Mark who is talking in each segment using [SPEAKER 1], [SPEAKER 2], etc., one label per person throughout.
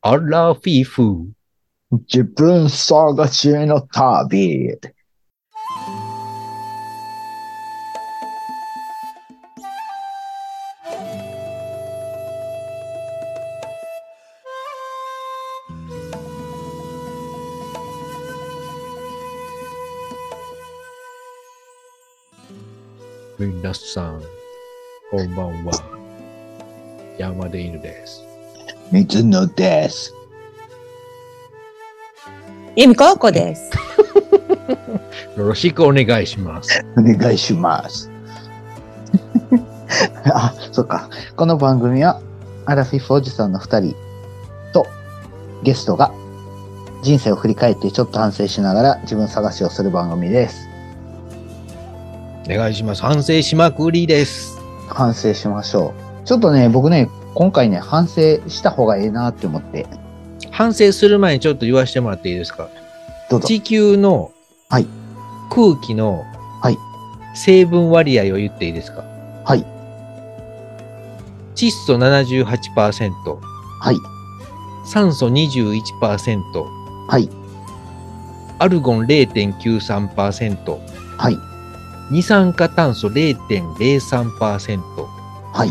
[SPEAKER 1] アラフィフ。
[SPEAKER 2] 自分探しの旅。
[SPEAKER 1] 皆さん、こんばんは。山で犬です。
[SPEAKER 2] 水野です。
[SPEAKER 3] ゆみこうこです。
[SPEAKER 1] よろしくお願いします。
[SPEAKER 2] お願いします。 あ、そっか。この番組は、アラフィフおじさんの二人とゲストが人生を振り返ってちょっと反省しながら自分探しをする番組です。
[SPEAKER 1] お願いします。反省しまくりです。
[SPEAKER 2] 反省しましょう。ちょっとね、僕ね、今回ね、反省した方がええなって思って。
[SPEAKER 1] 反省する前にちょっと言わせてもらっていいですか
[SPEAKER 2] どうぞ。
[SPEAKER 1] 地球の
[SPEAKER 2] はい
[SPEAKER 1] 空気の
[SPEAKER 2] はい
[SPEAKER 1] 成分割合を言っていいですか
[SPEAKER 2] はい。
[SPEAKER 1] 窒素78%、
[SPEAKER 2] はい。
[SPEAKER 1] 酸素21%、
[SPEAKER 2] はい。
[SPEAKER 1] アルゴン0.93%、
[SPEAKER 2] はい。
[SPEAKER 1] 二酸化炭素0.03%、
[SPEAKER 2] はい。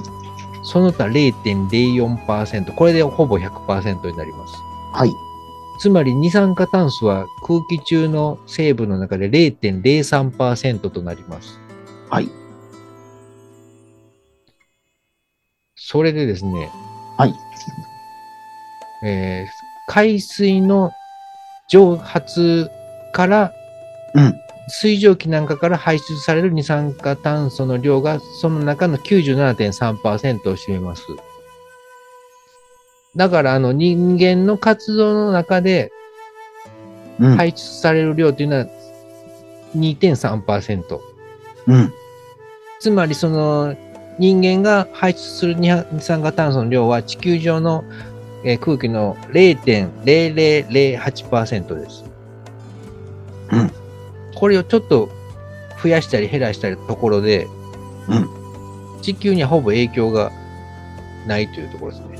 [SPEAKER 1] その他0.04%、これでほぼ100%になります。
[SPEAKER 2] はい。
[SPEAKER 1] つまり二酸化炭素は空気中の成分の中で0.03%となります。
[SPEAKER 2] はい。
[SPEAKER 1] それでですね、
[SPEAKER 2] はい。
[SPEAKER 1] えー海水の蒸発から
[SPEAKER 2] うん。
[SPEAKER 1] 水蒸気なんかから排出される二酸化炭素の量がその中の97.3%を占めます。だからあの人間の活動の中で
[SPEAKER 2] うん。
[SPEAKER 1] 排出される量というのは2.3%。
[SPEAKER 2] うん。
[SPEAKER 1] つまりその人間が排出する二二酸化炭素の量は地球上のえー空気の0.0008%です。
[SPEAKER 2] うん
[SPEAKER 1] これをちょっと増やしたり減らしたりところで、
[SPEAKER 2] うん
[SPEAKER 1] 地球にはほぼ影響がないというところですね。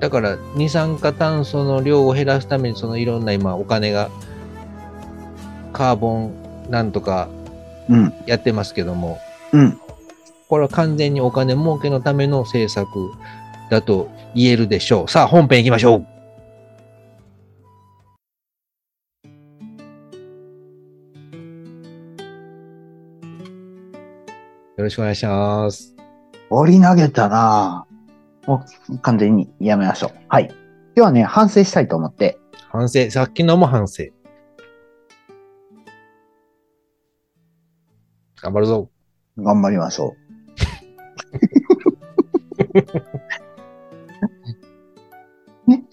[SPEAKER 1] だから二酸化炭素の量を減らすためにそのいろんな今お金がカーボンなんとか
[SPEAKER 2] うん。
[SPEAKER 1] やってますけども、
[SPEAKER 2] うん。
[SPEAKER 1] これは完全にお金儲けのための政策だと言えるでしょう。さあ、本編行きましょう。よろしくお願いします。
[SPEAKER 2] 折り投げたなぁもう完全にやめましょう。はい。今日はね、反省したいと思って。
[SPEAKER 1] 反省、さっきのも反省。頑張るぞ。
[SPEAKER 2] 頑張りましょう。ね。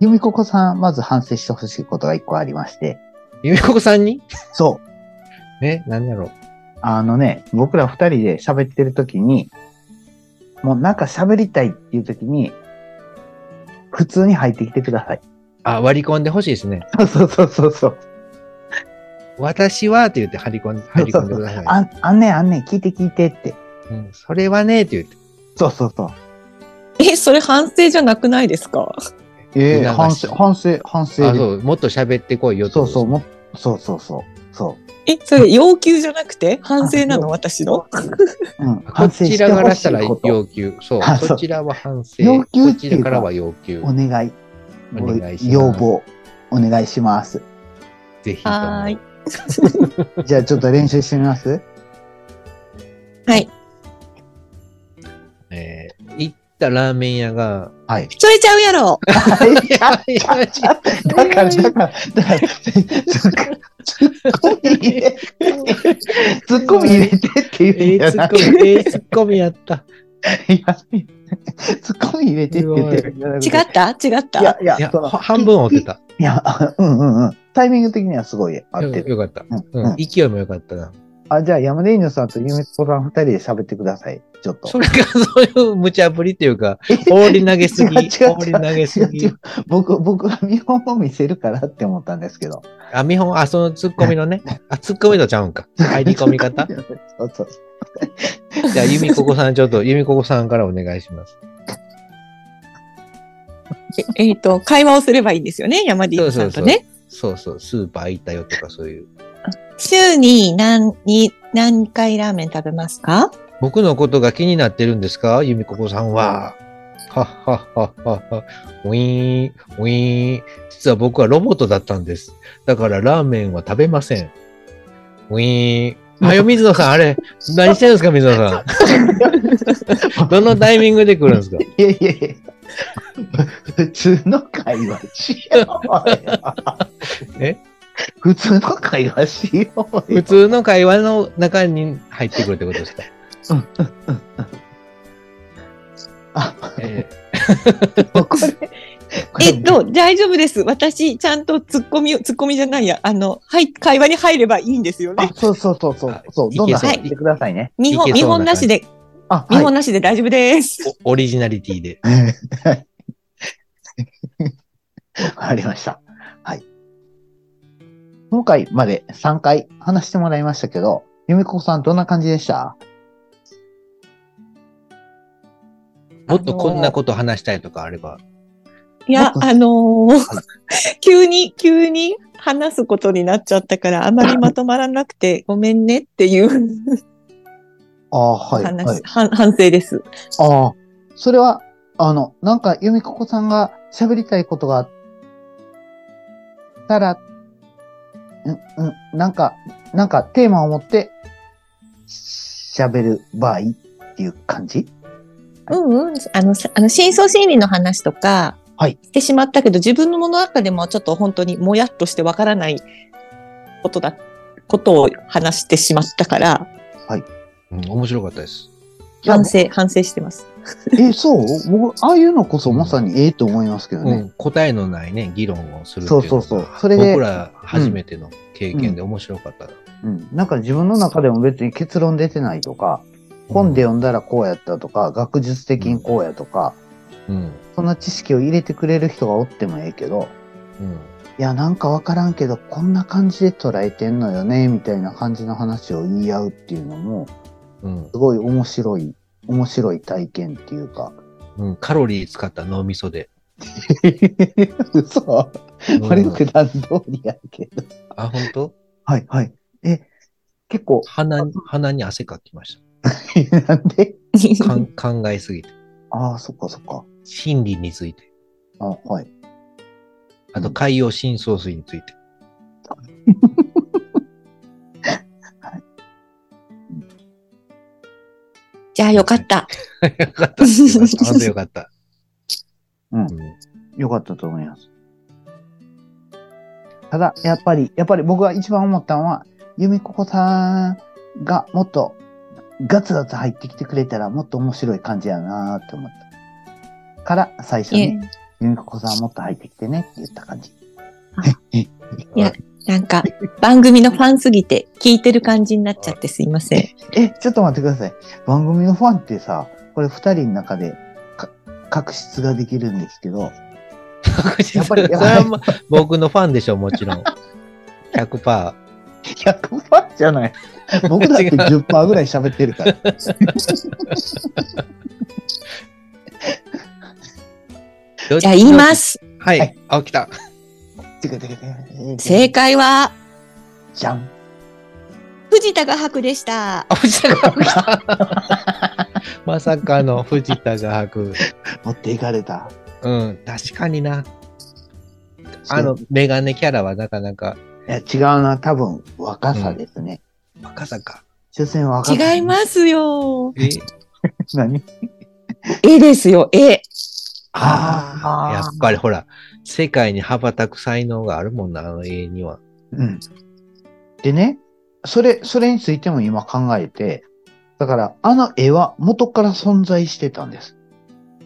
[SPEAKER 2] 由美ここさん、まず反省してほしいことが一個ありまして。
[SPEAKER 1] ゆめここさんに
[SPEAKER 2] そう。
[SPEAKER 1] え、なんやろう。
[SPEAKER 2] あのね、僕ら二人で喋ってる時に、もうなんか喋りたいっていう時に、普通に入ってきてください。
[SPEAKER 1] あ、割り込んでほしいですね。
[SPEAKER 2] そうそうそうそう。
[SPEAKER 1] 私はって言って張り込んで、張り込んでください。
[SPEAKER 2] あん、あんねんあんねん、聞いて聞いてって。
[SPEAKER 1] うん、それはねって言って。
[SPEAKER 2] そうそうそう。
[SPEAKER 3] え、それ反省じゃなくないですか。
[SPEAKER 2] ええ
[SPEAKER 1] 促
[SPEAKER 2] 反
[SPEAKER 1] し
[SPEAKER 2] 省、反省、反省
[SPEAKER 1] あ、
[SPEAKER 2] で
[SPEAKER 1] そう、もっと喋ってこいよ
[SPEAKER 2] す。そうそう、も、そうそうそう。そ
[SPEAKER 3] え、それ要求じゃなくて反省なの私の。
[SPEAKER 2] う。うん、
[SPEAKER 1] こ
[SPEAKER 2] 反省
[SPEAKER 1] ち
[SPEAKER 2] し
[SPEAKER 1] ら
[SPEAKER 2] て
[SPEAKER 1] か
[SPEAKER 2] ほ
[SPEAKER 1] ら
[SPEAKER 2] し
[SPEAKER 1] したら
[SPEAKER 2] いこと。
[SPEAKER 1] 要求。そう
[SPEAKER 2] あ、そう
[SPEAKER 1] こちらは反省。
[SPEAKER 2] 要求
[SPEAKER 1] こ
[SPEAKER 2] って
[SPEAKER 1] ち
[SPEAKER 2] いうから
[SPEAKER 1] からは要求
[SPEAKER 2] お。願い。
[SPEAKER 1] お願いします
[SPEAKER 2] 要望。お願いします。
[SPEAKER 1] ぜひとも。
[SPEAKER 3] はーい。
[SPEAKER 2] じゃあちょっと練習してみます
[SPEAKER 3] はい。
[SPEAKER 1] えー行ったラーメン屋が、
[SPEAKER 2] はい。
[SPEAKER 3] それちゃうやろ。
[SPEAKER 1] いやいやいや
[SPEAKER 2] だから、だから、だから、ツッコミ入れ、ツッコミ入れてって
[SPEAKER 1] え
[SPEAKER 2] 言うん
[SPEAKER 1] ー、ツ
[SPEAKER 2] じゃ
[SPEAKER 1] ッ
[SPEAKER 2] なく
[SPEAKER 1] コ
[SPEAKER 2] て、
[SPEAKER 1] ミ、えー、ツッコミやった。
[SPEAKER 2] いやツッコミ入れてって言ってるんじゃなく
[SPEAKER 3] 違
[SPEAKER 2] て。
[SPEAKER 3] った違っ
[SPEAKER 2] い
[SPEAKER 3] た
[SPEAKER 2] や、いや
[SPEAKER 1] いや、
[SPEAKER 2] その
[SPEAKER 1] 半分は折ってた。
[SPEAKER 2] いや、うんうんうん。タイミング的にはすごい合って
[SPEAKER 1] よ
[SPEAKER 2] る。
[SPEAKER 1] よかった。
[SPEAKER 2] うんう
[SPEAKER 1] うんん、勢いもよかったな。
[SPEAKER 2] あ、じゃあ、山根犬さんとゆめこさん二人で喋ってください。ちょっと。
[SPEAKER 1] それがそういう無茶ぶりっていうか、放り投げすぎ、
[SPEAKER 2] 違う違う違う
[SPEAKER 1] 放り投げす
[SPEAKER 2] 違う違
[SPEAKER 1] ぎ
[SPEAKER 2] う。 僕、僕は見本を見せるからって思ったんですけど。
[SPEAKER 1] あ、見本、あ、そのツッコミのね。あ、ツッコミとちゃうんか。入り込み方
[SPEAKER 2] そうそう。
[SPEAKER 1] じゃあ、由美ここさん、ちょっと、由美ここさんからお願いします。
[SPEAKER 3] ええっと、会話をすればいいんですよね、山 D さんとね。
[SPEAKER 1] そうそう、スーパー行ったよとかそういう。
[SPEAKER 3] 週に何、に何回ラーメン食べますか
[SPEAKER 1] 僕のことが気になってるんですか由美子子さんは。はっはっはっはっは。ウィーン、ウィーン。実は僕はロボットだったんです。だからラーメンは食べません。ウィーン。はよ、水野さん、あれ、何してるんですか、水野さん。 どのタイミングで来るんですか
[SPEAKER 2] いやいやいや。普通の会話しようよ。
[SPEAKER 1] え
[SPEAKER 2] 普通の会話しようよ。
[SPEAKER 1] 普通の会話の中に入ってくるってことですか。
[SPEAKER 2] あ、
[SPEAKER 1] え
[SPEAKER 2] これ。これ
[SPEAKER 3] えっと、大丈夫です。私、ちゃんと突っ込みを、突っ込みじゃないや、あの、はい、会話に入ればいいんですよ
[SPEAKER 2] あ
[SPEAKER 3] ね。
[SPEAKER 2] そうそうそうそう。そう
[SPEAKER 1] い
[SPEAKER 2] どんどん
[SPEAKER 1] けそう
[SPEAKER 2] 入ってくださいね。
[SPEAKER 3] 日
[SPEAKER 1] い
[SPEAKER 3] 本、
[SPEAKER 1] け
[SPEAKER 3] 日
[SPEAKER 1] そうな
[SPEAKER 3] 本なしで、
[SPEAKER 2] あ、
[SPEAKER 3] 日
[SPEAKER 2] はい
[SPEAKER 3] 本なしで大丈夫です。
[SPEAKER 1] ーおオリジナリティ で。
[SPEAKER 2] わかりました。はい。今回まで3回話してもらいましたけど、ゆみこさんどんな感じでした
[SPEAKER 1] もっとこんなこと話したいとかあれば。
[SPEAKER 3] いや、あのー 急に、急に話すことになっちゃったから、あまりまとまらなくて、 ごめんねっていう
[SPEAKER 2] ああ、はい。
[SPEAKER 3] 話、
[SPEAKER 2] はい、
[SPEAKER 3] は反省です。
[SPEAKER 2] ああ、それは、あの、なんかゆみこさんが喋りたいことがあったら、ん、ん、なんか、なんかテーマを持って喋る場合っていう感じ
[SPEAKER 3] うんうん。あの、さあの真相心理の話とか、
[SPEAKER 2] はい
[SPEAKER 3] してしまったけど、自分のもの中でもちょっと本当にもやっとしてわからないことだ、ことを話してしまったから、
[SPEAKER 1] うん、面白かったです。
[SPEAKER 2] いや
[SPEAKER 3] 反省、反省してます。
[SPEAKER 2] え、そう僕、ああいうのこそまさにええと思いますけど
[SPEAKER 1] う
[SPEAKER 2] ね。
[SPEAKER 1] ん、答えのないね、議論をするっていう
[SPEAKER 2] そ
[SPEAKER 1] のが
[SPEAKER 2] うそうそう。それで、
[SPEAKER 1] 僕ら初めての経験で面白かったな。
[SPEAKER 2] うん、なんか自分の中でも別に結論出てないとか、本で読んだらこうやったとか、学術的にこうやとか、
[SPEAKER 1] うん。
[SPEAKER 2] そんな知識を入れてくれる人がおってもええけど、
[SPEAKER 1] うん。
[SPEAKER 2] いや、なんかわからんけど、こんな感じで捉えてんのよね、みたいな感じの話を言い合うっていうのも、
[SPEAKER 1] うん
[SPEAKER 2] すごい面白い、面白い体験っていうか。
[SPEAKER 1] うん。カロリー使った脳みそで。
[SPEAKER 2] 嘘
[SPEAKER 1] うん
[SPEAKER 2] あれ普段通りやけど。
[SPEAKER 1] あ、本当？
[SPEAKER 2] はい、はい。え、結構、
[SPEAKER 1] 鼻に、鼻に汗かきまし
[SPEAKER 2] なんで
[SPEAKER 1] た。かん 考えすぎて。
[SPEAKER 2] ああ、そっかそっか。
[SPEAKER 1] 心理について。
[SPEAKER 2] あはい。
[SPEAKER 1] あと、海洋深層水について。
[SPEAKER 3] じゃあよかった。
[SPEAKER 1] よか った。よかった。本当よかった。
[SPEAKER 2] うん
[SPEAKER 1] うん
[SPEAKER 2] よかったと思います。ただ、やっぱり、やっぱり僕が一番思ったのは、由美子子さんがもっとガツガツ入ってきてくれたらもっと面白い感じやなーって思った。から、最初
[SPEAKER 3] い
[SPEAKER 2] に
[SPEAKER 3] え、
[SPEAKER 2] 由美子子さんもっと入ってきてねって言った 感じ。
[SPEAKER 3] いやなんか、番組のファンすぎて、聞いてる感じになっちゃってすいません。
[SPEAKER 2] え、ちょっと待ってください。番組のファンってさ、これ二人の中でか確執ができるんですけど、
[SPEAKER 1] や
[SPEAKER 2] や
[SPEAKER 1] っ
[SPEAKER 2] っ
[SPEAKER 1] ぱ
[SPEAKER 2] ぱ
[SPEAKER 1] り、
[SPEAKER 2] り
[SPEAKER 1] それはま僕のファンでしょ、もち ろん。100%。
[SPEAKER 2] 100%じゃない。僕だって
[SPEAKER 1] 違う
[SPEAKER 2] 10%ぐらい喋ってるから。
[SPEAKER 3] じゃあ言いま。す。
[SPEAKER 1] はい。
[SPEAKER 2] はい
[SPEAKER 1] あ、来た。
[SPEAKER 2] てかてかてかてか
[SPEAKER 3] 正解は、
[SPEAKER 2] じゃん。
[SPEAKER 3] 藤田画伯でした。
[SPEAKER 1] あ、藤田が来た。 まさかの藤田が吐く。
[SPEAKER 2] 持っていかれた。
[SPEAKER 1] うん、確かにな。あの、メガネキャラはなかなか、
[SPEAKER 2] いや、違うな。多分、若さですね。
[SPEAKER 1] 赤坂。
[SPEAKER 2] 所詮若さ。
[SPEAKER 3] 違いますよ。
[SPEAKER 1] え、
[SPEAKER 2] す。何
[SPEAKER 3] 絵ですよ、絵。
[SPEAKER 2] ああ。
[SPEAKER 1] やっぱりほら、世界に羽ばたく才能があるもんな、あの絵には。
[SPEAKER 2] うん。でね、それ、それについても今考えて、だから、あの絵は元から存在してたんです。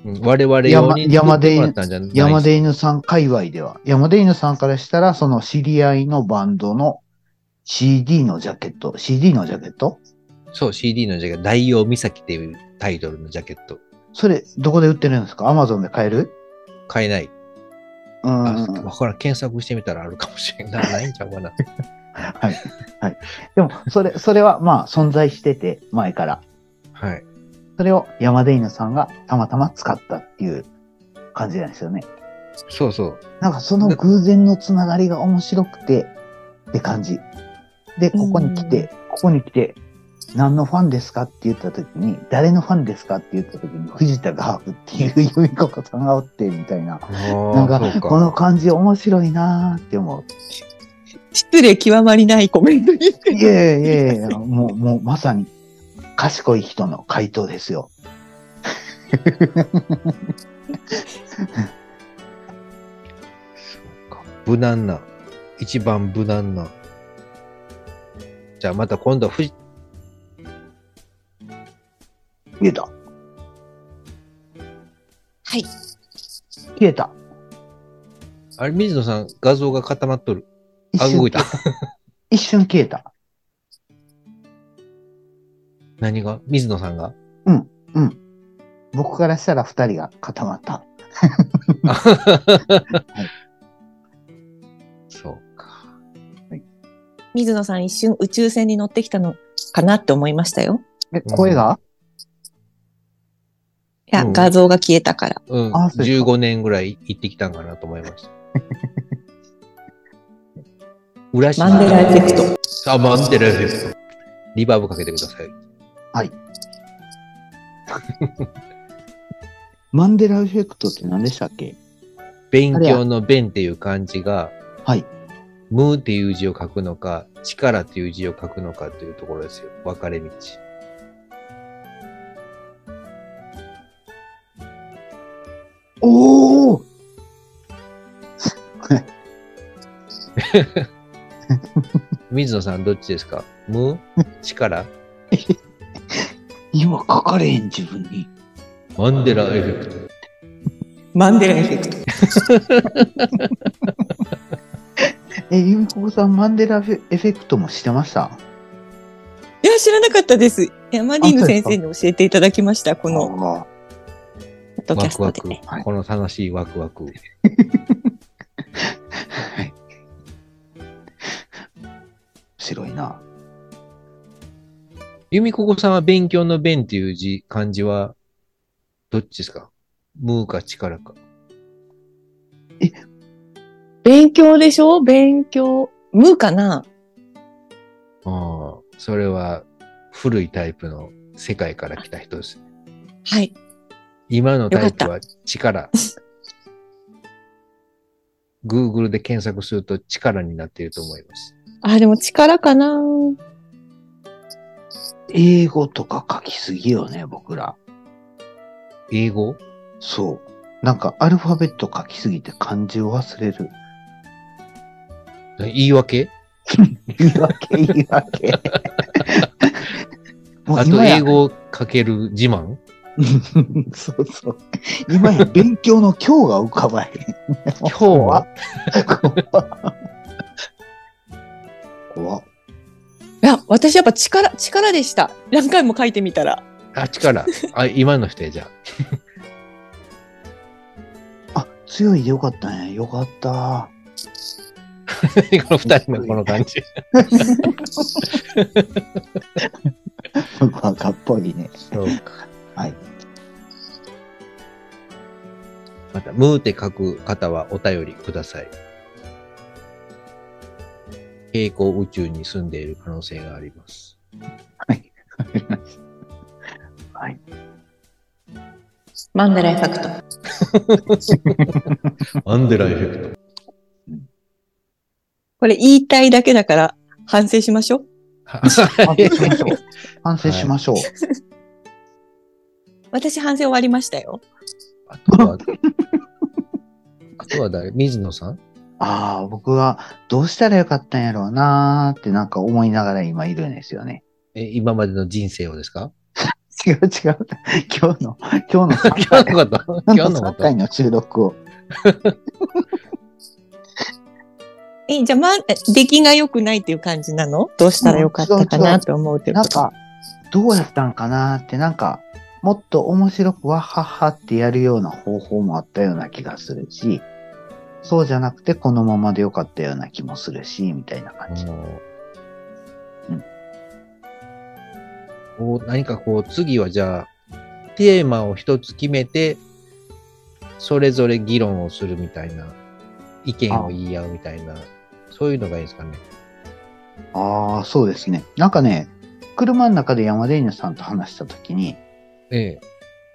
[SPEAKER 1] うん我々用に
[SPEAKER 2] 山山
[SPEAKER 1] 作って
[SPEAKER 2] で
[SPEAKER 1] もらったんじゃない
[SPEAKER 2] 山出犬さん界隈では。山出犬さんからしたら、その知り合いのバンドの CD のジャケット、CD のジャケット
[SPEAKER 1] そう、CD のジャケット、大王岬っていうタイトルのジャケット。
[SPEAKER 2] それ、どこで売ってるんですかアマゾンで買える
[SPEAKER 1] 買えない。
[SPEAKER 2] うん。
[SPEAKER 1] あ、わからん。検索してみたらあるかもしれんない。ないんちゃうかな。
[SPEAKER 2] はい。はい。でも、それ、それはまあ存在してて、前から。
[SPEAKER 1] はい。
[SPEAKER 2] それを山出犬さんがたまたま使ったっていう感じなんですよね。
[SPEAKER 1] そうそう。
[SPEAKER 2] なんかその偶然のつながりが面白くて、って感じ。で、ここに来て、ここに来て、何のファンですかって言った時に、誰のファンですかって言った時に、藤田ガープっていう由美子さんがおって、みたいな。な
[SPEAKER 1] なん
[SPEAKER 2] か、この感じ面白いなーって思
[SPEAKER 3] 失礼極まりないコメントに。
[SPEAKER 2] う。いやいやいやい や、もう、もうまさに、賢い人の回答ですよ。
[SPEAKER 1] そうか無難な。一番無難な。じゃあまた今度は藤
[SPEAKER 2] 言えた。
[SPEAKER 3] はい。
[SPEAKER 2] 消えた。
[SPEAKER 1] あれ、水野さん、画像が固まっとる。
[SPEAKER 2] 一
[SPEAKER 1] あ、
[SPEAKER 2] 瞬
[SPEAKER 1] 動いた
[SPEAKER 2] 消え。一瞬消えた。
[SPEAKER 1] 何が水野さんが。
[SPEAKER 2] 僕からしたら二人が固まった。
[SPEAKER 1] そうか。
[SPEAKER 3] 水野さん一瞬宇宙船に乗ってきたのかなって思いましたよ。
[SPEAKER 2] え、声が、
[SPEAKER 3] いや、
[SPEAKER 1] うん
[SPEAKER 3] 画像が消えたから。
[SPEAKER 1] うん。
[SPEAKER 2] あそうか
[SPEAKER 1] 15年ぐらい行ってきたんかなと思いました。浦島
[SPEAKER 3] マンデラエフェクト。
[SPEAKER 1] あ、マンデラエフェクト。リバーブかけてください。
[SPEAKER 2] マンデラエフェクトって何でしたっけ
[SPEAKER 1] 勉強の弁っていう漢字が、
[SPEAKER 2] はい。
[SPEAKER 1] 無っていう字を書くのか、力っていう字を書くのかっていうところですよ。分かれ道。
[SPEAKER 2] お お
[SPEAKER 1] 水野さん、どっちですか 無力
[SPEAKER 2] 今書かれへん自分に。
[SPEAKER 1] マンデラエフェクト。
[SPEAKER 3] マンデラエフェクト。
[SPEAKER 2] え、ゆみこさん、マンデラエフェクトもしてました
[SPEAKER 3] いや、知らなかったです。山マディーヌ先生に教えていただきました、こ
[SPEAKER 2] こ
[SPEAKER 3] の
[SPEAKER 2] の。
[SPEAKER 3] ポッドキ
[SPEAKER 1] ワ
[SPEAKER 3] ャス
[SPEAKER 1] ク
[SPEAKER 3] ト
[SPEAKER 1] ワ
[SPEAKER 3] で。
[SPEAKER 1] ク
[SPEAKER 2] はい。
[SPEAKER 1] この楽しいワクワク。
[SPEAKER 2] はい。白いな。
[SPEAKER 1] 由美子子さんは勉強の弁っていう字、漢字は、どっちですか無か力か。
[SPEAKER 3] 勉強でしょ勉強。無かな
[SPEAKER 1] ああ、それは古いタイプの世界から来た人です。
[SPEAKER 3] はい。
[SPEAKER 1] 今のタイプ
[SPEAKER 3] よか
[SPEAKER 1] は力。Google で検索すると力になっていると思います。
[SPEAKER 3] あ、でも力かな
[SPEAKER 2] 英語とか書きすぎよね、僕ら。
[SPEAKER 1] 英語
[SPEAKER 2] そう。なんか、アルファベット書きすぎて漢字を忘れる。
[SPEAKER 1] 言い訳
[SPEAKER 2] 言い訳、言い 訳。もう
[SPEAKER 1] あと
[SPEAKER 2] 今や
[SPEAKER 1] 英語をかける自慢
[SPEAKER 2] うん そうそう。今や勉強の今日が浮かばへん。 今
[SPEAKER 1] 日は
[SPEAKER 2] 怖っ
[SPEAKER 3] いや、私やっぱ力、力でした。何回も書いてみたら。
[SPEAKER 1] あ、力。あ、今の人や、じゃあ。
[SPEAKER 2] あ、強いでよかったね。よかった。
[SPEAKER 1] この二人のこの感じ。
[SPEAKER 2] 僕はかっぽいね。
[SPEAKER 1] そうか。
[SPEAKER 2] はい。
[SPEAKER 1] また、ムーって書く方はお便りください。平行宇宙に住んでいる可能性があり ます。
[SPEAKER 2] はい。
[SPEAKER 3] マンデラエフェクト。
[SPEAKER 1] アンデラエフェクト。
[SPEAKER 3] これ言いたいだけだから反省しましょう。
[SPEAKER 2] 反省しま しょう。反省しましょう。
[SPEAKER 3] 私反省終わりましたよ。
[SPEAKER 1] あとは、あとは誰水野さん
[SPEAKER 2] ああ、僕はどうしたらよかったんやろうなーってなんか思いながら今いるんですよね。
[SPEAKER 1] え、今までの人生をですか
[SPEAKER 2] 違う違う。今日の、今日の3
[SPEAKER 1] 今日のこと 今日のこ
[SPEAKER 2] 3回
[SPEAKER 1] と
[SPEAKER 2] の収録を。
[SPEAKER 3] え、じゃあ、まあ、え出来が良くないっていう感じなのどうしたらよかった
[SPEAKER 2] うん
[SPEAKER 3] か
[SPEAKER 2] 違う違
[SPEAKER 3] な
[SPEAKER 2] う
[SPEAKER 3] と思うってこ
[SPEAKER 2] なん
[SPEAKER 3] と。
[SPEAKER 2] か、どうやったんかなって、なんか、もっと面白くわははってやるような方法もあったような気がするし、そうじゃなくてこのままでよかったような気もするし、みたいな感じ。
[SPEAKER 1] うんこう何かこう、次はじゃあ、テーマを一つ決めて、それぞれ議論をするみたいな、意見を言い合うみたいな、そういうのがいいですかね。
[SPEAKER 2] ああ、そうですね。なんかね、車の中で山田犬さんと話したときに、
[SPEAKER 1] ええ。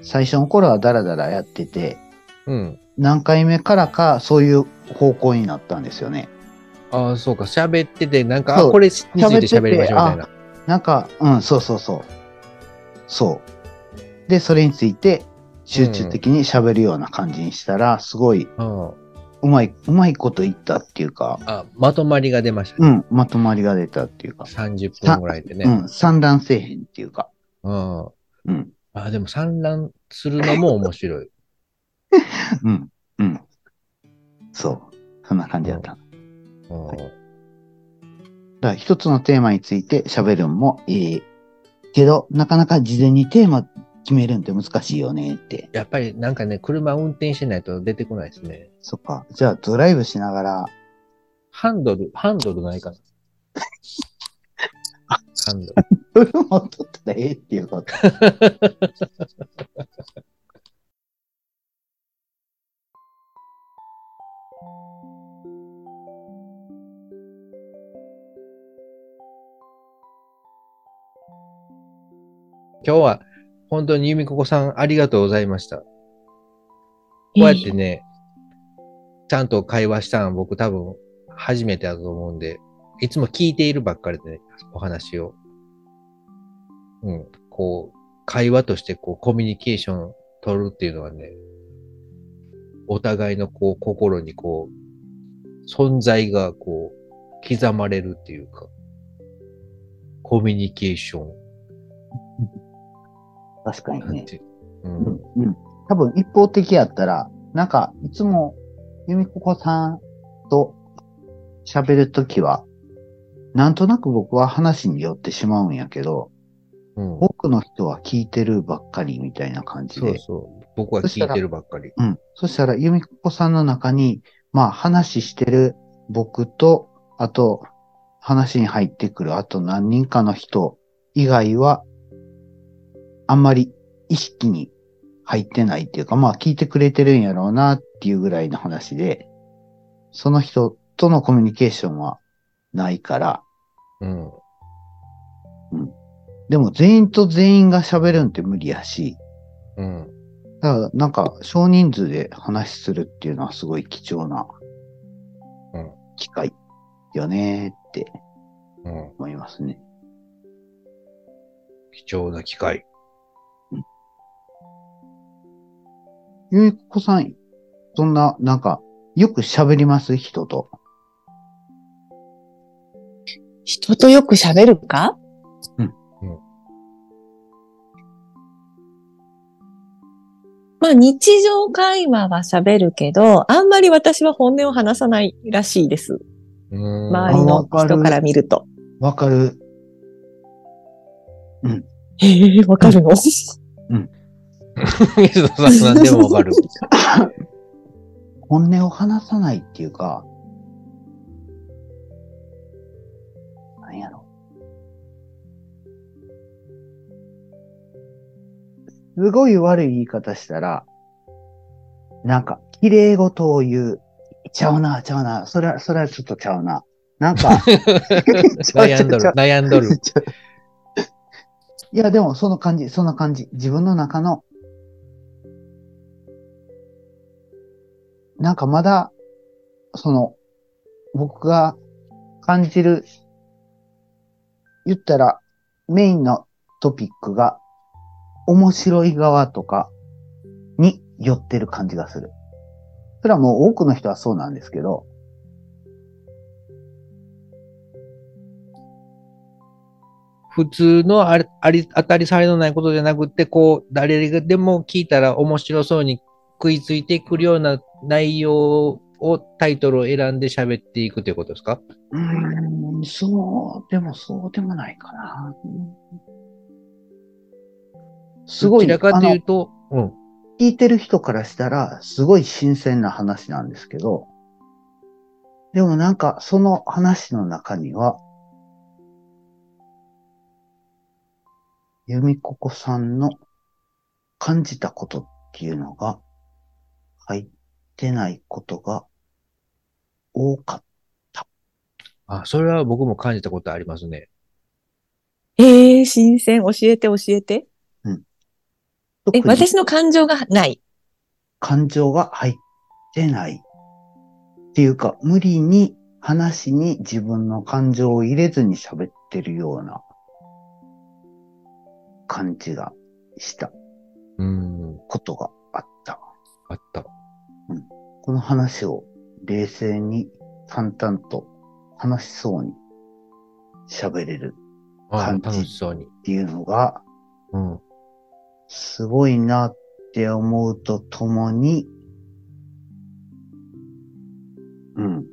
[SPEAKER 2] 最初の頃はダラダラやってて、
[SPEAKER 1] うん。
[SPEAKER 2] 何回目からかそういう方向になったんですよね。
[SPEAKER 1] ああ、そうか。喋ってて、なんか、あ
[SPEAKER 2] そう
[SPEAKER 1] これについて喋りましょうみたいな。
[SPEAKER 2] なんか、うん、そうそうそう。そう。で、それについて集中的に喋るような感じにしたら、すごい
[SPEAKER 1] うん、
[SPEAKER 2] うまい、うまいこと言ったっていうか、
[SPEAKER 1] あまとまりが出ました
[SPEAKER 2] う
[SPEAKER 1] ね。
[SPEAKER 2] ん、まとまりが出たっていうか、
[SPEAKER 1] 30分ぐらいで
[SPEAKER 2] う
[SPEAKER 1] ね。
[SPEAKER 2] ん、散乱せえへんっていうか、
[SPEAKER 1] うん。
[SPEAKER 2] うん、
[SPEAKER 1] あでも産卵するのも面白い。
[SPEAKER 2] うん、うん。そう。そんな感じだった。
[SPEAKER 1] うん
[SPEAKER 2] はいだから一つのテーマについて喋るんもいい。けど、なかなか事前にテーマ決めるんって難しいよねって。
[SPEAKER 1] やっぱりなんかね、車運転してないと出てこないですね。
[SPEAKER 2] そっか。じゃあドライブしながら、
[SPEAKER 1] ハンドル、ハンドルないかな。ハンド
[SPEAKER 2] 取るもん取ったらええっていうこと。
[SPEAKER 1] ル。今日は本当に由美子子さんありがとうございました。こうやってね、ちゃんと会話したん僕多分初めてだと思うんで、いつも聞いているばっかりでね、お話を。うん。こう、会話としてこうコミュニケーション取るっていうのはね、お互いのこう心にこう、存在がこう、刻まれるっていうか、コミュニケーション。
[SPEAKER 2] 確かに
[SPEAKER 1] なん
[SPEAKER 2] ね。
[SPEAKER 1] てう。
[SPEAKER 2] うんん。うん。多分一方的やったら、なんか、いつも、由美子子さんと喋るときは、なんとなく僕は話によってしまうんやけど、
[SPEAKER 1] うん。
[SPEAKER 2] 多くの人は聞いてるばっかりみたいな感じ
[SPEAKER 1] そ
[SPEAKER 2] で
[SPEAKER 1] う。そう。僕は聞いてるばっかり。
[SPEAKER 2] うん。そしたら、由美子さんの中に、まあ、話してる僕と、あと、話に入ってくる、あと何人かの人以外は、あんまり意識に入ってないっていうか、まあ、聞いてくれてるんやろうなっていうぐらいの話で、その人とのコミュニケーションはないから、
[SPEAKER 1] うん。
[SPEAKER 2] でも全員と全員が喋るんって無理やし、
[SPEAKER 1] うん。
[SPEAKER 2] だからなんか少人数で話するっていうのはすごい貴重な
[SPEAKER 1] うん
[SPEAKER 2] 機会よねーって
[SPEAKER 1] うん。
[SPEAKER 2] 思いますね。
[SPEAKER 1] 貴重な機会。
[SPEAKER 2] ゆいこさん、そんな、なんか、よく喋ります人と。
[SPEAKER 3] 人とよく喋るか
[SPEAKER 2] うん
[SPEAKER 1] うん
[SPEAKER 3] まあ日常会話は喋るけど、あんまり私は本音を話さないらしいです。
[SPEAKER 1] うーん。
[SPEAKER 3] 周り
[SPEAKER 2] あ
[SPEAKER 3] の
[SPEAKER 2] わかる
[SPEAKER 3] 人から見ると。
[SPEAKER 2] わかる。
[SPEAKER 3] へえ、わかる の
[SPEAKER 1] 水野さん何でもわか る。
[SPEAKER 2] 本音を話さないっていうか、なんやろ。すごい悪い言い方したら、なんか、綺麗事を言う。ちゃうな、ちゃうな。それは、それはちょっとちゃうな。な んか、
[SPEAKER 1] 悩んどる。悩んどる。
[SPEAKER 2] ちょいや、でも、その感じ、そんな感じ。自分の中の、なんかまだ、その、僕が感じる、言ったら、メインのトピックが、面白い側とかに寄ってる感じがする。それはもう多くの人はそうなんですけど、
[SPEAKER 1] 普通のありあり当たり障りのないことじゃなくて、こう、誰でも聞いたら面白そうに食いついてくるような内容を、タイトルを選んで喋っていくということですか
[SPEAKER 2] うーん、そう、でもそうでもないかな。すごい、
[SPEAKER 1] ど
[SPEAKER 2] あ
[SPEAKER 1] ちらかとい
[SPEAKER 2] の
[SPEAKER 1] う、と、うん。
[SPEAKER 2] 聞いてる人からしたら、すごい新鮮な話なんですけど、でもなんか、その話の中には、由美ここさんの感じたことっていうのが入ってないことが多かっ
[SPEAKER 1] あ、それは僕も感じたことありますね。
[SPEAKER 3] えー、新鮮。教えて、教えて。
[SPEAKER 2] た。特
[SPEAKER 3] え、
[SPEAKER 2] に
[SPEAKER 3] 私の感情がない。
[SPEAKER 2] 感情が入ってない。っていうか、無理に話に自分の感情を入れずに喋ってるような感じがした
[SPEAKER 1] うん、
[SPEAKER 2] ことがあった。
[SPEAKER 1] あった。
[SPEAKER 2] この話を冷静に淡々と楽しそうに喋れる
[SPEAKER 1] あ
[SPEAKER 2] 感じ
[SPEAKER 1] 楽しそうに。
[SPEAKER 2] っていうのが
[SPEAKER 1] うん。
[SPEAKER 2] すごいなって思うとともに、うん。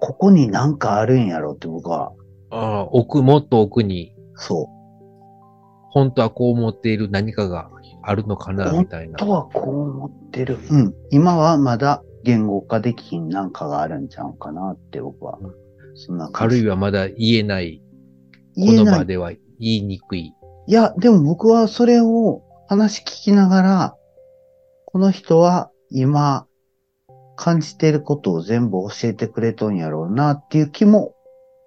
[SPEAKER 2] ここになんかあるんやろって僕は、
[SPEAKER 1] ああ、奥、もっと奥に、
[SPEAKER 2] そう。
[SPEAKER 1] 本当はこう思っている何かがあるのかな、みたいな。
[SPEAKER 2] とはこう思ってる。うん。今はまだ言語化できひんなんかがあるんちゃうかなって僕は
[SPEAKER 1] う。
[SPEAKER 2] そんな
[SPEAKER 1] あ
[SPEAKER 2] 感
[SPEAKER 1] る
[SPEAKER 2] じ。
[SPEAKER 1] いはまだ言えない。こ
[SPEAKER 2] 言
[SPEAKER 1] の
[SPEAKER 2] えな
[SPEAKER 1] 場
[SPEAKER 2] い。
[SPEAKER 1] では言いにくい。
[SPEAKER 2] いや、でも僕はそれを話聞きながら、この人は今感じてることを全部教えてくれとんやろうなっていう気も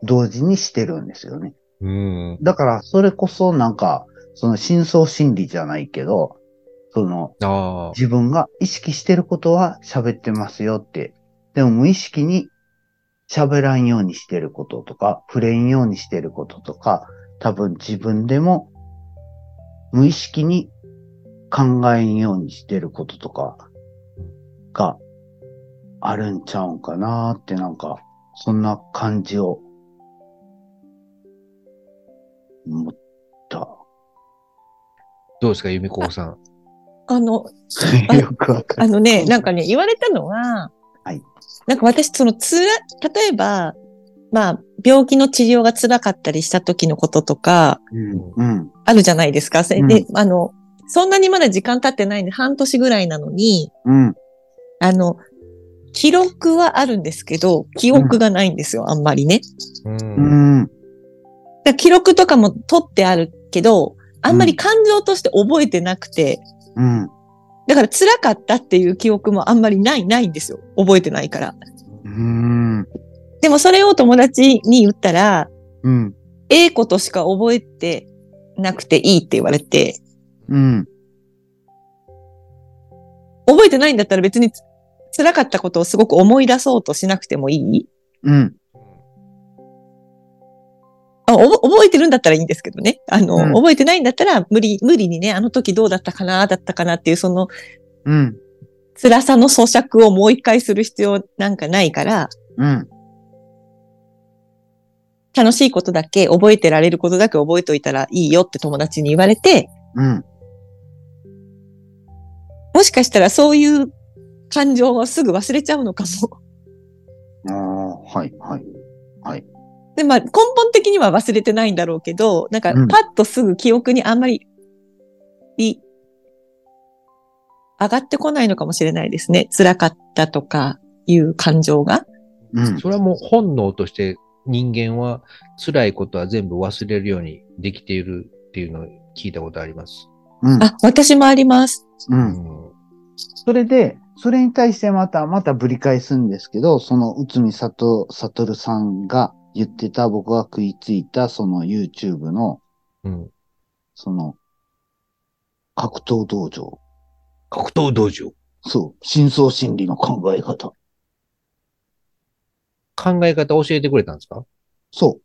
[SPEAKER 2] 同時にしてるんですよね。
[SPEAKER 1] うん。
[SPEAKER 2] だからそれこそなんか、その真相心理じゃないけど、その
[SPEAKER 1] ああ、
[SPEAKER 2] 自分が意識してることは喋ってますよって。でも無意識に喋らんようにしてることとか、触れんようにしてることとか、多分自分でも無意識に考えんようにしてることとかがあるんちゃうんかなーってなんか、そんな感じを持った。
[SPEAKER 1] どうですか、由美子さん。
[SPEAKER 3] あの、
[SPEAKER 2] よくわか
[SPEAKER 3] あ
[SPEAKER 2] る。
[SPEAKER 3] のね、なんかね、言われたのは、
[SPEAKER 2] はい
[SPEAKER 3] なんか私、その、つら、例えば、まあ、病気の治療が辛かったりした時のこととか、
[SPEAKER 2] うん。うん。
[SPEAKER 3] あるじゃないですか。それで、
[SPEAKER 2] う
[SPEAKER 3] あの、そんなにまだ時間経ってないんで、半年ぐらいなのに、
[SPEAKER 2] うん。
[SPEAKER 3] あの、記録はあるんですけど、記憶がないんですよ、あんまりね。
[SPEAKER 1] うん
[SPEAKER 2] うん。
[SPEAKER 3] だから記録とかも取ってあるけど、あんまり感情として覚えてなくて、
[SPEAKER 2] うん。
[SPEAKER 3] だから辛かったっていう記憶もあんまりない、ないんですよ。覚えてないから。
[SPEAKER 2] うん。
[SPEAKER 3] でもそれを友達に言ったら、
[SPEAKER 2] うん。
[SPEAKER 3] ええことしか覚えてなくていいって言われて、
[SPEAKER 2] うん。
[SPEAKER 3] 覚えてないんだったら別につ辛かったことをすごく思い出そうとしなくてもいい
[SPEAKER 2] うん。
[SPEAKER 3] あおぼ覚えてるんだったらいいんですけどね。あの、
[SPEAKER 2] うん
[SPEAKER 3] 覚えてないんだったら無理、無理にね、あの時どうだったかな、だったかなっていうその
[SPEAKER 2] うん。
[SPEAKER 3] 辛さの咀嚼をもう一回する必要なんかないから、
[SPEAKER 2] うん。
[SPEAKER 3] 楽しいことだけ覚えてられることだけ覚えといたらいいよって友達に言われて、
[SPEAKER 2] うん。
[SPEAKER 3] もしかしたらそういう感情をすぐ忘れちゃうのかも。
[SPEAKER 2] ああ、はい、はい。はい。
[SPEAKER 3] で、まあ根本的には忘れてないんだろうけど、なんか
[SPEAKER 2] うん
[SPEAKER 3] パッとすぐ記憶にあんまり、い、上がってこないのかもしれないですね。辛かったとかいう感情が。
[SPEAKER 2] うん。
[SPEAKER 1] それはもう本能として人間は辛いことは全部忘れるようにできているっていうのを聞いたことあります。
[SPEAKER 2] うん。
[SPEAKER 3] あ、私もあります。
[SPEAKER 2] うん。それで、それに対してまた、またぶり返すんですけど、その、内海里、悟さんが言ってた、僕が食いついた、その YouTube の、
[SPEAKER 1] うん。
[SPEAKER 2] その、格闘道場。
[SPEAKER 1] 格闘道場。
[SPEAKER 2] そう。真相心理の考え方。
[SPEAKER 1] 考え方教えてくれたんですか
[SPEAKER 2] そう。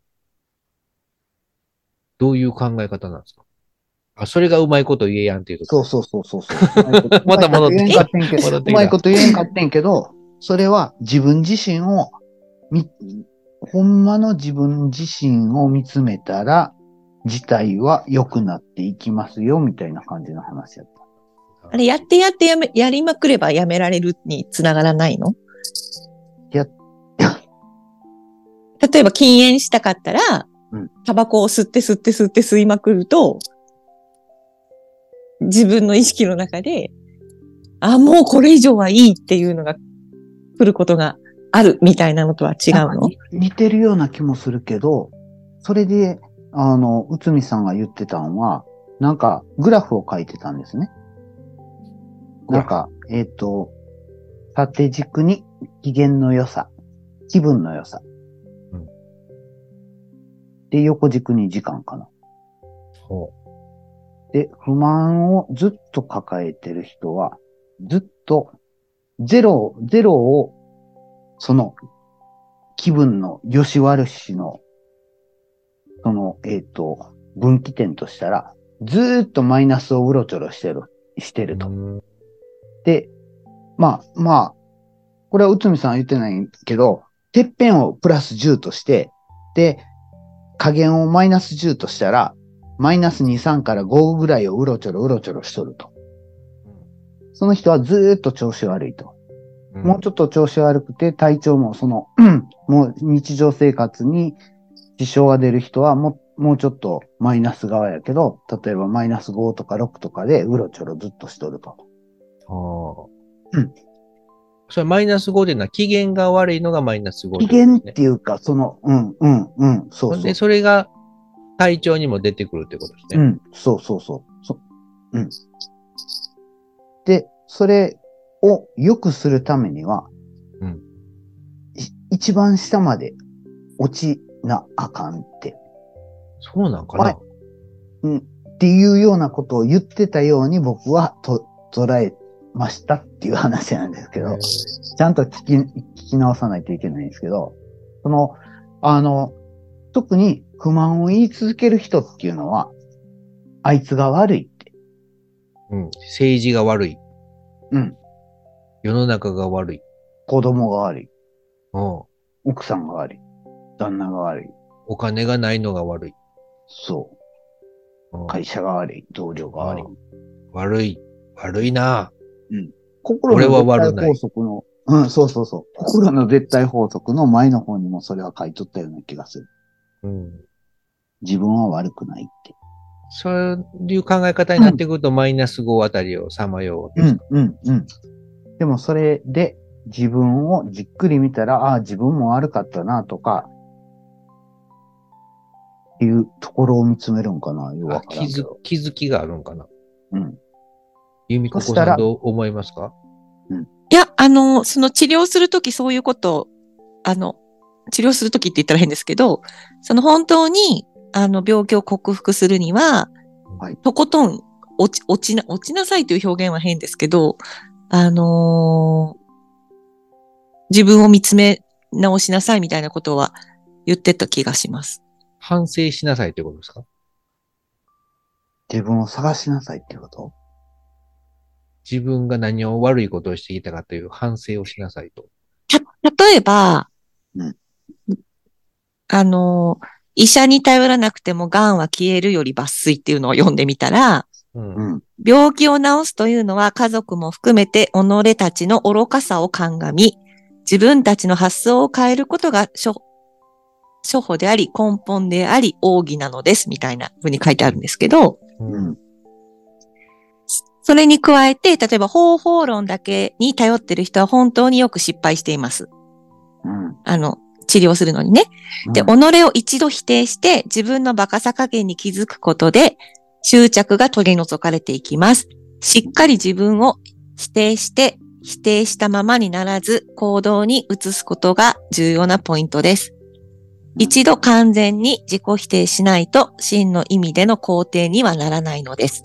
[SPEAKER 1] どういう考え方なんですかあ、それがうまいこと言えやんっていうこと。
[SPEAKER 2] そうそうそうそう そう。
[SPEAKER 1] また戻ってきた
[SPEAKER 2] うまいこと言
[SPEAKER 1] 戻ってきた
[SPEAKER 2] えんかってんけどうまいこと言えんかってんけど、それは自分自身を、み、ほんまの自分自身を見つめたら、事態は良くなっていきますよ、みたいな感じの話やっ
[SPEAKER 3] あれ、やってやってやめ、やりまくればやめられるにつながらないの
[SPEAKER 2] や
[SPEAKER 3] 例えば禁煙したかったら
[SPEAKER 2] うん、
[SPEAKER 3] タバコを吸って吸って吸って吸いまくると、自分の意識の中で、あ、もうこれ以上はいいっていうのが来ることがあるみたいなのとは違
[SPEAKER 2] た。
[SPEAKER 3] うの
[SPEAKER 2] 似てるような気もするけど、それで、あの、内海さんが言ってたのは、なんか、グラフを書いてたんですね。なんか、えっ、と、縦軸に機嫌の良さ、気分の良さ。
[SPEAKER 1] うん
[SPEAKER 2] で、横軸に時間かな。
[SPEAKER 1] ほ
[SPEAKER 2] で、不満をずっと抱えてる人は、ずっと、ゼロ、ゼロを、その、気分の良し悪しの、その、えっ、と、分岐点としたら、ずーっとマイナスをうろちょろしてる、して
[SPEAKER 1] う。
[SPEAKER 2] ると。
[SPEAKER 1] うん
[SPEAKER 2] で、まあまあ、これは内海さんは言ってないけど、てっぺんをプラス10として、で、加減をマイナス10としたら、マイナス2、3から5ぐらいをうろちょろうろちょろしとると。その人はずーっと調子悪いと。もうちょっと調子悪くて、体調もその、 うんもう日常生活に支障が出る人はもう、もうちょっとマイナス側やけど、例えばマイナス5とか6とかでうろちょろずっとしとると。
[SPEAKER 1] ああ。
[SPEAKER 2] うん。
[SPEAKER 1] それマイナス5でな、機嫌が悪いのがマイナス5
[SPEAKER 2] 機嫌っていうか、その、うん、うん、うん、そうそう。
[SPEAKER 1] で、それが体調にも出てくるってことです
[SPEAKER 2] う
[SPEAKER 1] ね。
[SPEAKER 2] ん、そうそうそう。そうん。で、それを良くするためには、
[SPEAKER 1] うん
[SPEAKER 2] い一番下まで落ちなあかんって、
[SPEAKER 1] そうなんかな、
[SPEAKER 2] はいっていうようなことを言ってたように僕はと捉えましたっていう話なんですけど。ちゃんと聞き、聞き直さないといけないんですけど、その、あの、特に不満を言い続ける人っていうのは、あいつが悪いって。
[SPEAKER 1] うん。政治が悪い。
[SPEAKER 2] うん。
[SPEAKER 1] 世の中が悪い。
[SPEAKER 2] 子供が悪い。
[SPEAKER 1] うん。
[SPEAKER 2] 奥さんが悪い。旦那が悪い。
[SPEAKER 1] お金がないのが悪い。
[SPEAKER 2] そ
[SPEAKER 1] うん
[SPEAKER 2] う。会社が悪い。同僚が悪い。
[SPEAKER 1] 悪い。悪いな。
[SPEAKER 2] 心の
[SPEAKER 1] 俺は悪
[SPEAKER 2] 絶
[SPEAKER 1] ない
[SPEAKER 2] 対法則の、うん、そうそうそう。心の絶対法則の前の方にもそれは書いとったような気がする。
[SPEAKER 1] うん。
[SPEAKER 2] 自分は悪くないって。
[SPEAKER 1] そういう考え方になってくると、マイナス5あたりをさまよう。
[SPEAKER 2] うん、うん、うん。でもそれで自分をじっくり見たら、ああ、自分も悪かったな、とか、っていうところを見つめるんかな、よう
[SPEAKER 1] あ
[SPEAKER 2] わから
[SPEAKER 1] 気
[SPEAKER 2] んけ
[SPEAKER 1] づ
[SPEAKER 2] ど。
[SPEAKER 1] 気づきがあるんかな。
[SPEAKER 2] うん。
[SPEAKER 1] 由美子
[SPEAKER 2] そした
[SPEAKER 1] さん
[SPEAKER 2] ら
[SPEAKER 1] どう思いますか
[SPEAKER 3] いや、あの、その治療するときそういうことを、あの、治療するときって言ったら変ですけど、その本当に、あの、病気を克服するには、
[SPEAKER 2] はい
[SPEAKER 3] とことん落ち、落ちな、落ちなさいという表現は変ですけど、あのー自分を見つめ直しなさいみたいなことは言ってた気がします。
[SPEAKER 1] 反省しなさいってことですか
[SPEAKER 2] 自分を探しなさいっていうこと
[SPEAKER 1] 自分が何を悪いことをしてきたかという反省をしなさいと。
[SPEAKER 3] た、例えば、
[SPEAKER 2] うん
[SPEAKER 3] あのー医者に頼らなくても癌は消えるより抜粋っていうのを読んでみたら、
[SPEAKER 1] うん
[SPEAKER 2] う。ん。
[SPEAKER 3] 病気を治すというのは家族も含めて己たちの愚かさを鑑み、自分たちの発想を変えることが初初歩であり、根本であり、奥義なのです、みたいな風に書いてあるんですけど、
[SPEAKER 1] う
[SPEAKER 2] うんん。
[SPEAKER 3] それに加えて、例えば方法論だけに頼ってる人は本当によく失敗しています。
[SPEAKER 2] うん。
[SPEAKER 3] あの、治療するのにね。で、
[SPEAKER 2] うん
[SPEAKER 3] 己を一度否定して自分のバカさ加減に気づくことで執着が取り除かれていきます。しっかり自分を否定して否定したままにならず行動に移すことが重要なポイントです。一度完全に自己否定しないと真の意味での肯定にはならないのです。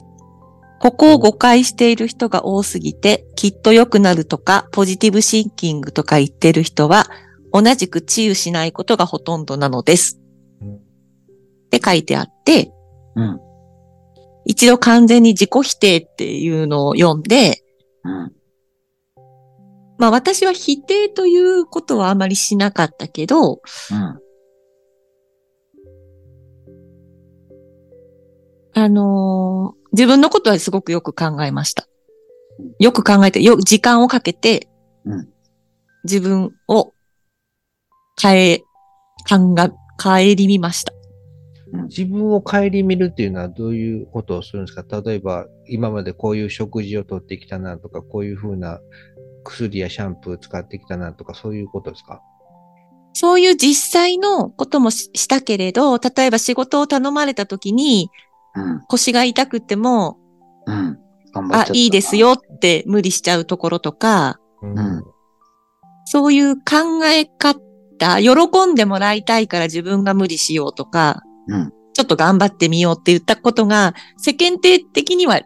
[SPEAKER 3] ここを誤解している人が多すぎて、きっと良くなるとか、ポジティブシンキングとか言ってる人は、同じく治癒しないことがほとんどなのです。って書いてあって、
[SPEAKER 2] うん。
[SPEAKER 3] 一度完全に自己否定っていうのを読んで、
[SPEAKER 2] うん。
[SPEAKER 3] まあ私は否定ということはあまりしなかったけ
[SPEAKER 2] う
[SPEAKER 3] ど、
[SPEAKER 2] ん。
[SPEAKER 3] あのー自分のことはすごくよく考えました。よく考えて、よ、時間をかけて
[SPEAKER 2] うん、
[SPEAKER 3] 自分を変え、考え、帰り見ました。
[SPEAKER 1] 自分を顧みるっていうのはどういうことをするんですか例えば、今までこういう食事をとってきたなとか、こういうふうな薬やシャンプー使ってきたなとか、そういうことですか
[SPEAKER 3] そういう実際のこともししたけれど、例えば仕事を頼まれた時に
[SPEAKER 2] うん。
[SPEAKER 3] 腰が痛くても、
[SPEAKER 2] うん。頑張っちゃ
[SPEAKER 3] あ
[SPEAKER 2] った、
[SPEAKER 3] いいです。よって無理しちゃうところとか、
[SPEAKER 1] うん
[SPEAKER 2] うん
[SPEAKER 3] そういう考え方、喜んでもらいたいから自分が無理しようとか、
[SPEAKER 2] うん。
[SPEAKER 3] ちょっと頑張ってみようって言ったことが、世間体的には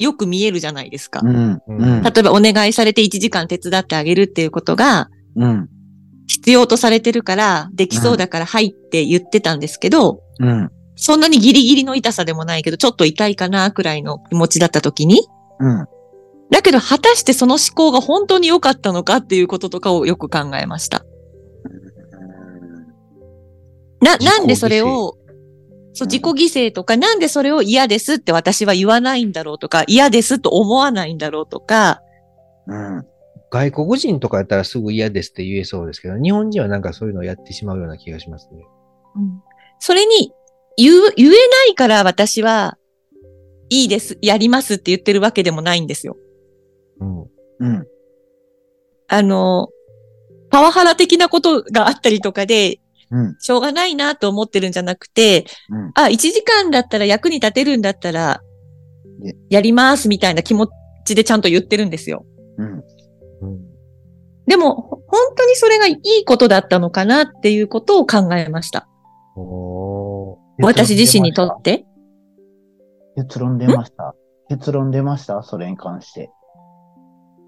[SPEAKER 3] よく見えるじゃないですか。
[SPEAKER 2] うん。うん。
[SPEAKER 3] 例えばお願いされて1時間手伝ってあげるっていうことが
[SPEAKER 2] うん。
[SPEAKER 3] 必要とされてるから、できそうだから入って言ってたんですけど、
[SPEAKER 2] うん。
[SPEAKER 3] そんなにギリギリの痛さでもないけど、ちょっと痛いかなくらいの気持ちだった時に、
[SPEAKER 2] うん。
[SPEAKER 3] だけど果たしてその思考が本当に良かったのかっていうこととかをよく考えました。
[SPEAKER 1] 自己犠牲
[SPEAKER 3] な、なんでそれを、
[SPEAKER 2] う
[SPEAKER 3] そう、
[SPEAKER 2] ん
[SPEAKER 3] 自己犠牲とか、なんでそれを嫌ですって私は言わないんだろうとか、嫌ですと思わないんだろうとか、
[SPEAKER 2] うん。
[SPEAKER 1] 外国人とかやったらすぐ嫌ですって言えそうですけど、日本人はなんかそういうのをやってしまうような気がしますね。
[SPEAKER 3] それに言う、言えないから私は、いいです、やりますって言ってるわけでもないんですよ。
[SPEAKER 1] うん。
[SPEAKER 2] うん。
[SPEAKER 3] あの、パワハラ的なことがあったりとかで、
[SPEAKER 2] うん。
[SPEAKER 3] しょうがないなと思ってるんじゃなくて、
[SPEAKER 2] うん
[SPEAKER 3] あ、1時間だったら役に立てるんだったら
[SPEAKER 2] ね、
[SPEAKER 3] やりますみたいな気持ちでちゃんと言ってるんですよ。
[SPEAKER 2] うん。
[SPEAKER 1] うん。
[SPEAKER 3] でも、ほ本当にそれがいいことだったのかなっていうことを考えました。
[SPEAKER 1] おー。
[SPEAKER 3] 私自身にとって。
[SPEAKER 2] 結論出ました。結論出ましたそれに関して。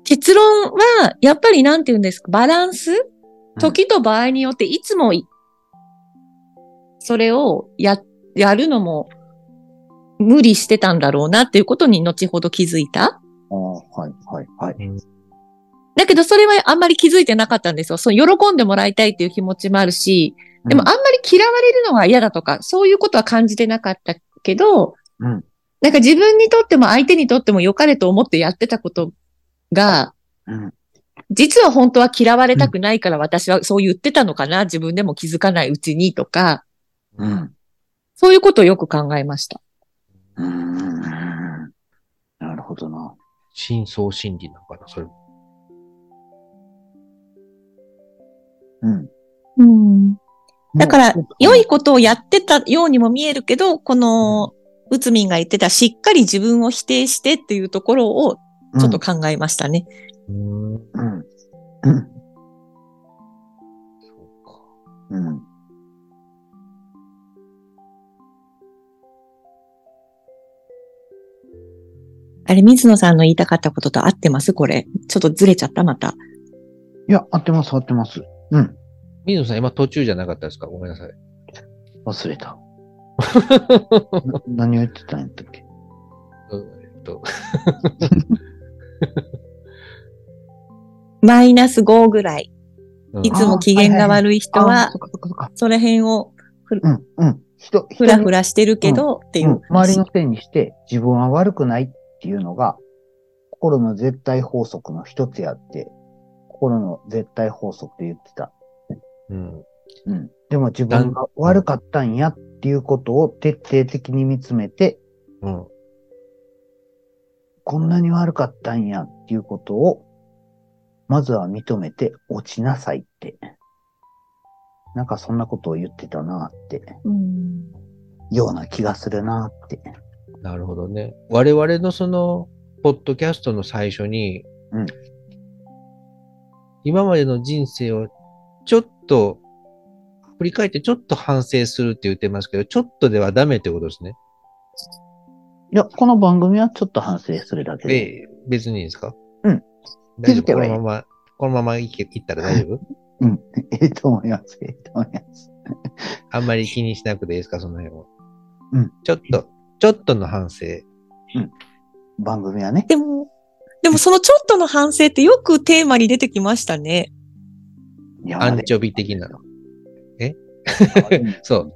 [SPEAKER 3] 結論は、やっぱりなんて言うんですか、バランス時と場合によっていつもい、それをや、やるのも無理してたんだろうなっていうことに後ほど気づいた。
[SPEAKER 2] ああ、はい、はい、はい。
[SPEAKER 3] だけどそれはあんまり気づいてなかったんですよ。その喜んでもらいたいっていう気持ちもあるし、でもあんまり嫌われるのが嫌だとか、そういうことは感じてなかったけど、
[SPEAKER 2] うん
[SPEAKER 3] なんか自分にとっても相手にとっても良かれと思ってやってたことが、
[SPEAKER 2] うん。
[SPEAKER 3] 実は本当は嫌われたくないから私はそう言ってたのかな、自分でも気づかないうちにとか、
[SPEAKER 2] うん。
[SPEAKER 3] そういうことをよく考えました。
[SPEAKER 2] うん。なるほどな。
[SPEAKER 1] 真相心理なのかな、それ。
[SPEAKER 2] うん。
[SPEAKER 3] うん、だから、良いことをやってたようにも見えるけど、この、うつみんが言ってた、しっかり自分を否定してっていうところをちょっと考えましたね。
[SPEAKER 1] うん。
[SPEAKER 2] うん。うん。
[SPEAKER 1] そうか。
[SPEAKER 2] うん。
[SPEAKER 3] あれ、水野さんの言いたかったことと合ってますこれ。ちょっとずれちゃったまた。
[SPEAKER 2] いや、合ってます、合ってます。うん。
[SPEAKER 1] 水野さん、今途中じゃなかったですかごめんな さい。
[SPEAKER 2] 忘れた。な 何を言ってたんやったっけ
[SPEAKER 1] うんえっと、
[SPEAKER 3] マイナス5ぐらい。
[SPEAKER 1] うん
[SPEAKER 3] いつも機嫌が悪い人
[SPEAKER 2] あ
[SPEAKER 3] は
[SPEAKER 2] そ、っかそっかそっか。
[SPEAKER 3] その辺を
[SPEAKER 2] うん、うん。人、人
[SPEAKER 3] ふらふらしてるけど、ってい
[SPEAKER 2] うん
[SPEAKER 3] う。
[SPEAKER 2] 周りのせいにして自分は悪くないっていうのが、心の絶対法則の一つやって、心の絶対法則って言ってた。
[SPEAKER 1] うん。
[SPEAKER 2] うん。でも自分が悪かったんやっていうことを徹底的に見つめて、
[SPEAKER 1] うん。
[SPEAKER 2] こんなに悪かったんやっていうことを、まずは認めて落ちなさいって。なんかそんなことを言ってたなって、
[SPEAKER 3] うん
[SPEAKER 2] ような気がするなって。
[SPEAKER 1] なるほどね。我々のその、ポッドキャストの最初に、
[SPEAKER 2] うん
[SPEAKER 1] 今までの人生をちょっと、振り返ってちょっと反省するって言ってますけど、ちょっとではダメってことですね。
[SPEAKER 2] いや、この番組はちょっと反省するだけ
[SPEAKER 1] え
[SPEAKER 2] で。
[SPEAKER 1] え、別にいいですか
[SPEAKER 2] うん。
[SPEAKER 1] 大丈
[SPEAKER 2] 気づけ
[SPEAKER 1] 夫こ
[SPEAKER 2] ばい
[SPEAKER 1] の
[SPEAKER 2] い
[SPEAKER 1] まま、このままいけいったら大丈夫
[SPEAKER 2] うん。 ええと思います。ええと思います。
[SPEAKER 1] あんまり気にしなくていいですかその辺を。
[SPEAKER 2] うん。
[SPEAKER 1] ちょっと、ちょっとの反省。
[SPEAKER 2] 番組はね。
[SPEAKER 3] でも、でもそのちょっとの反省ってよくテーマに出てきましたね。
[SPEAKER 2] いや
[SPEAKER 1] アンチョビ的な。 えそう。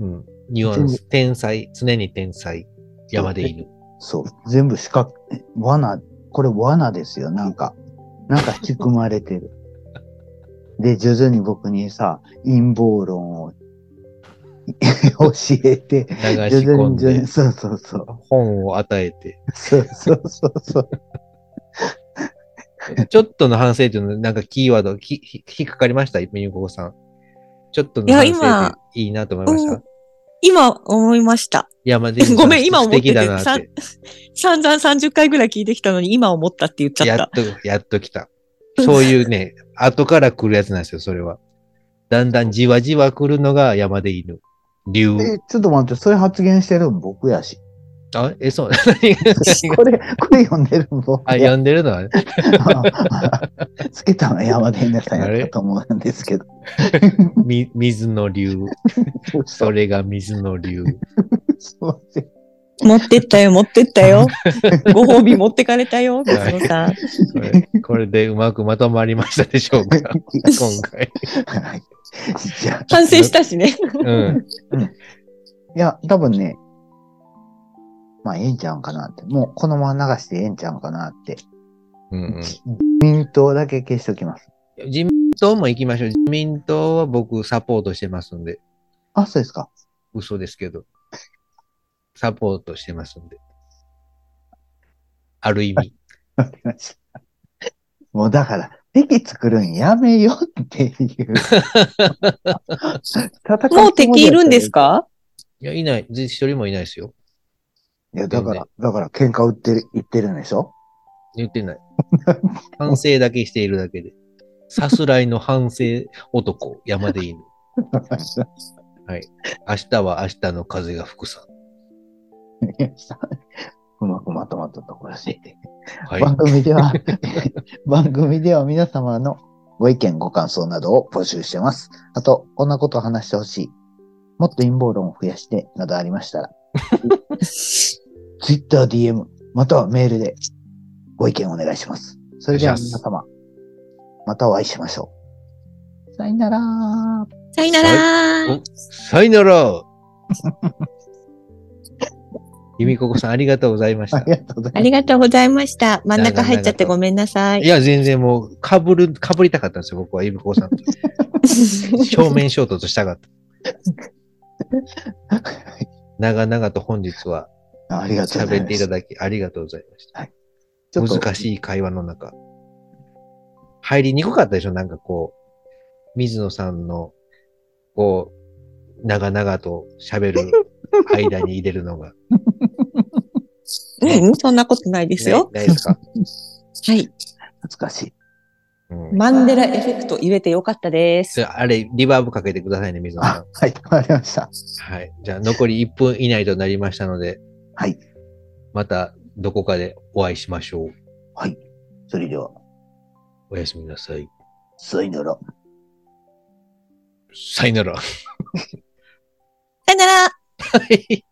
[SPEAKER 1] うん。ニュアンス。天才。常に天才。山で犬。
[SPEAKER 2] そう。全部仕掛け、罠、これ罠ですよ、なんか。なんか仕組まれてる。 で、徐々に僕にさ、陰謀論を教えて、
[SPEAKER 1] 流し
[SPEAKER 2] 徐々
[SPEAKER 1] 込ん
[SPEAKER 2] に徐々
[SPEAKER 1] で
[SPEAKER 2] に、、そうそうそう。
[SPEAKER 1] 本を与えて。
[SPEAKER 2] そうそうそうそう。
[SPEAKER 1] ちょっとの反省というの、なんかキーワード、きひ引っかかりました、みゆこさん。ちょっと
[SPEAKER 3] い
[SPEAKER 1] の
[SPEAKER 3] や
[SPEAKER 1] 反省
[SPEAKER 3] 今
[SPEAKER 1] でいいなと思いました。
[SPEAKER 3] 今思いました。
[SPEAKER 1] 山で
[SPEAKER 3] ごめん今思ってて
[SPEAKER 1] 素敵だなって。
[SPEAKER 3] 散々30回ぐらい聞いてきたのに今思ったって言っちゃ
[SPEAKER 1] やっ
[SPEAKER 3] っ。
[SPEAKER 1] たと、やっと来た。そういうね、後から来るやつなんですよ、それは。だんだんじわじわ来るのが山で犬。竜。
[SPEAKER 2] え、ちょっと待って、それ発言してるん僕や し。
[SPEAKER 1] あ、え、そう。何が
[SPEAKER 2] これ、これ読んでるん僕
[SPEAKER 1] あ、
[SPEAKER 2] や。
[SPEAKER 1] 呼んでるのはね、
[SPEAKER 2] つけたのは山田稲さんやったと思うんですけど。
[SPEAKER 1] み、水の竜。そ
[SPEAKER 2] れ。
[SPEAKER 1] れが水の竜。
[SPEAKER 2] すいません。
[SPEAKER 3] 持ってったよ、持ってった よ。ご褒美持ってかれたよ、哲夫さん。
[SPEAKER 1] これこれでうまくまとまりましたでしょうか今回。
[SPEAKER 2] はい じゃあ、
[SPEAKER 3] 反省したしね。
[SPEAKER 1] うん。
[SPEAKER 2] いや、多分ね、まあ、ええんちゃうんかなって。もう、このまま流してええんちゃうんかなって。
[SPEAKER 1] うんうん
[SPEAKER 2] 自民党だけ消しておきます。
[SPEAKER 1] 自民党も行きましょう。自民党は僕サポートしてますんで、
[SPEAKER 2] あ、そうですか。
[SPEAKER 1] 嘘ですけど。サポートしてますんで。ある意味。
[SPEAKER 2] わかりました。もうだから、敵作るんやめようって いう。
[SPEAKER 3] もう敵いるんです
[SPEAKER 2] か
[SPEAKER 3] か
[SPEAKER 1] いや、いない。一人もいないですよ。
[SPEAKER 2] いや、だから、だから喧嘩売ってる、言ってるんでしょ
[SPEAKER 1] 言ってない。反省だけしているだけで。さすらいの反省男、山で犬。明日は明日の風が吹くさ。
[SPEAKER 2] う まくまとまったところで。
[SPEAKER 1] はい。
[SPEAKER 2] 番組では、 番組では皆様のご意見、ご感想などを募集してます。あと、こんなことを話してほしい。もっと陰謀論を増やして、などありましたら、Twitter、DM、またはメールでご意見お願いします。それでは
[SPEAKER 1] お願いし
[SPEAKER 2] 皆
[SPEAKER 1] ます
[SPEAKER 2] 様、またお会いしましょう。さよなら。
[SPEAKER 3] さよなら。
[SPEAKER 1] おさよならゆみここさん、ありがとうございまし
[SPEAKER 2] あ
[SPEAKER 1] た。
[SPEAKER 2] りがとうございます
[SPEAKER 3] あ。りがとうございました。真ん中入っちゃってごめんなさ
[SPEAKER 1] い
[SPEAKER 3] い。
[SPEAKER 1] や、全然もう、かぶる、かぶりたかったんですよ、僕は、ゆみここさんと。正面衝突したかった。長々と本日は
[SPEAKER 2] ありがとうござ
[SPEAKER 1] 喋
[SPEAKER 2] い
[SPEAKER 1] っ
[SPEAKER 2] ま
[SPEAKER 1] てい
[SPEAKER 2] す
[SPEAKER 1] た。だき、ありがとうございました。
[SPEAKER 2] ちょっと
[SPEAKER 1] 難しい会話の中。入りにくかったでしょなんかこう、水野さんの、こう、長々と喋 る間に入れるのが。
[SPEAKER 3] うん、そんなことないですよ。
[SPEAKER 1] ないない ですか、
[SPEAKER 3] はい。
[SPEAKER 2] 難しい。
[SPEAKER 1] うん、
[SPEAKER 3] マンデラエフェクト言えてよかったです
[SPEAKER 1] そ。れあれ、リバーブかけてくださいね、水野
[SPEAKER 2] あ
[SPEAKER 1] さ、
[SPEAKER 2] はい、わかりました。
[SPEAKER 1] ん。はい。じゃあ、残り1分以内となりましたので、
[SPEAKER 2] はい。
[SPEAKER 1] またどこかでお会いしましょう。
[SPEAKER 2] はい。それでは、
[SPEAKER 1] おやすみなさい。
[SPEAKER 2] さよなら。
[SPEAKER 1] さよなら。
[SPEAKER 3] さよなら。
[SPEAKER 1] はい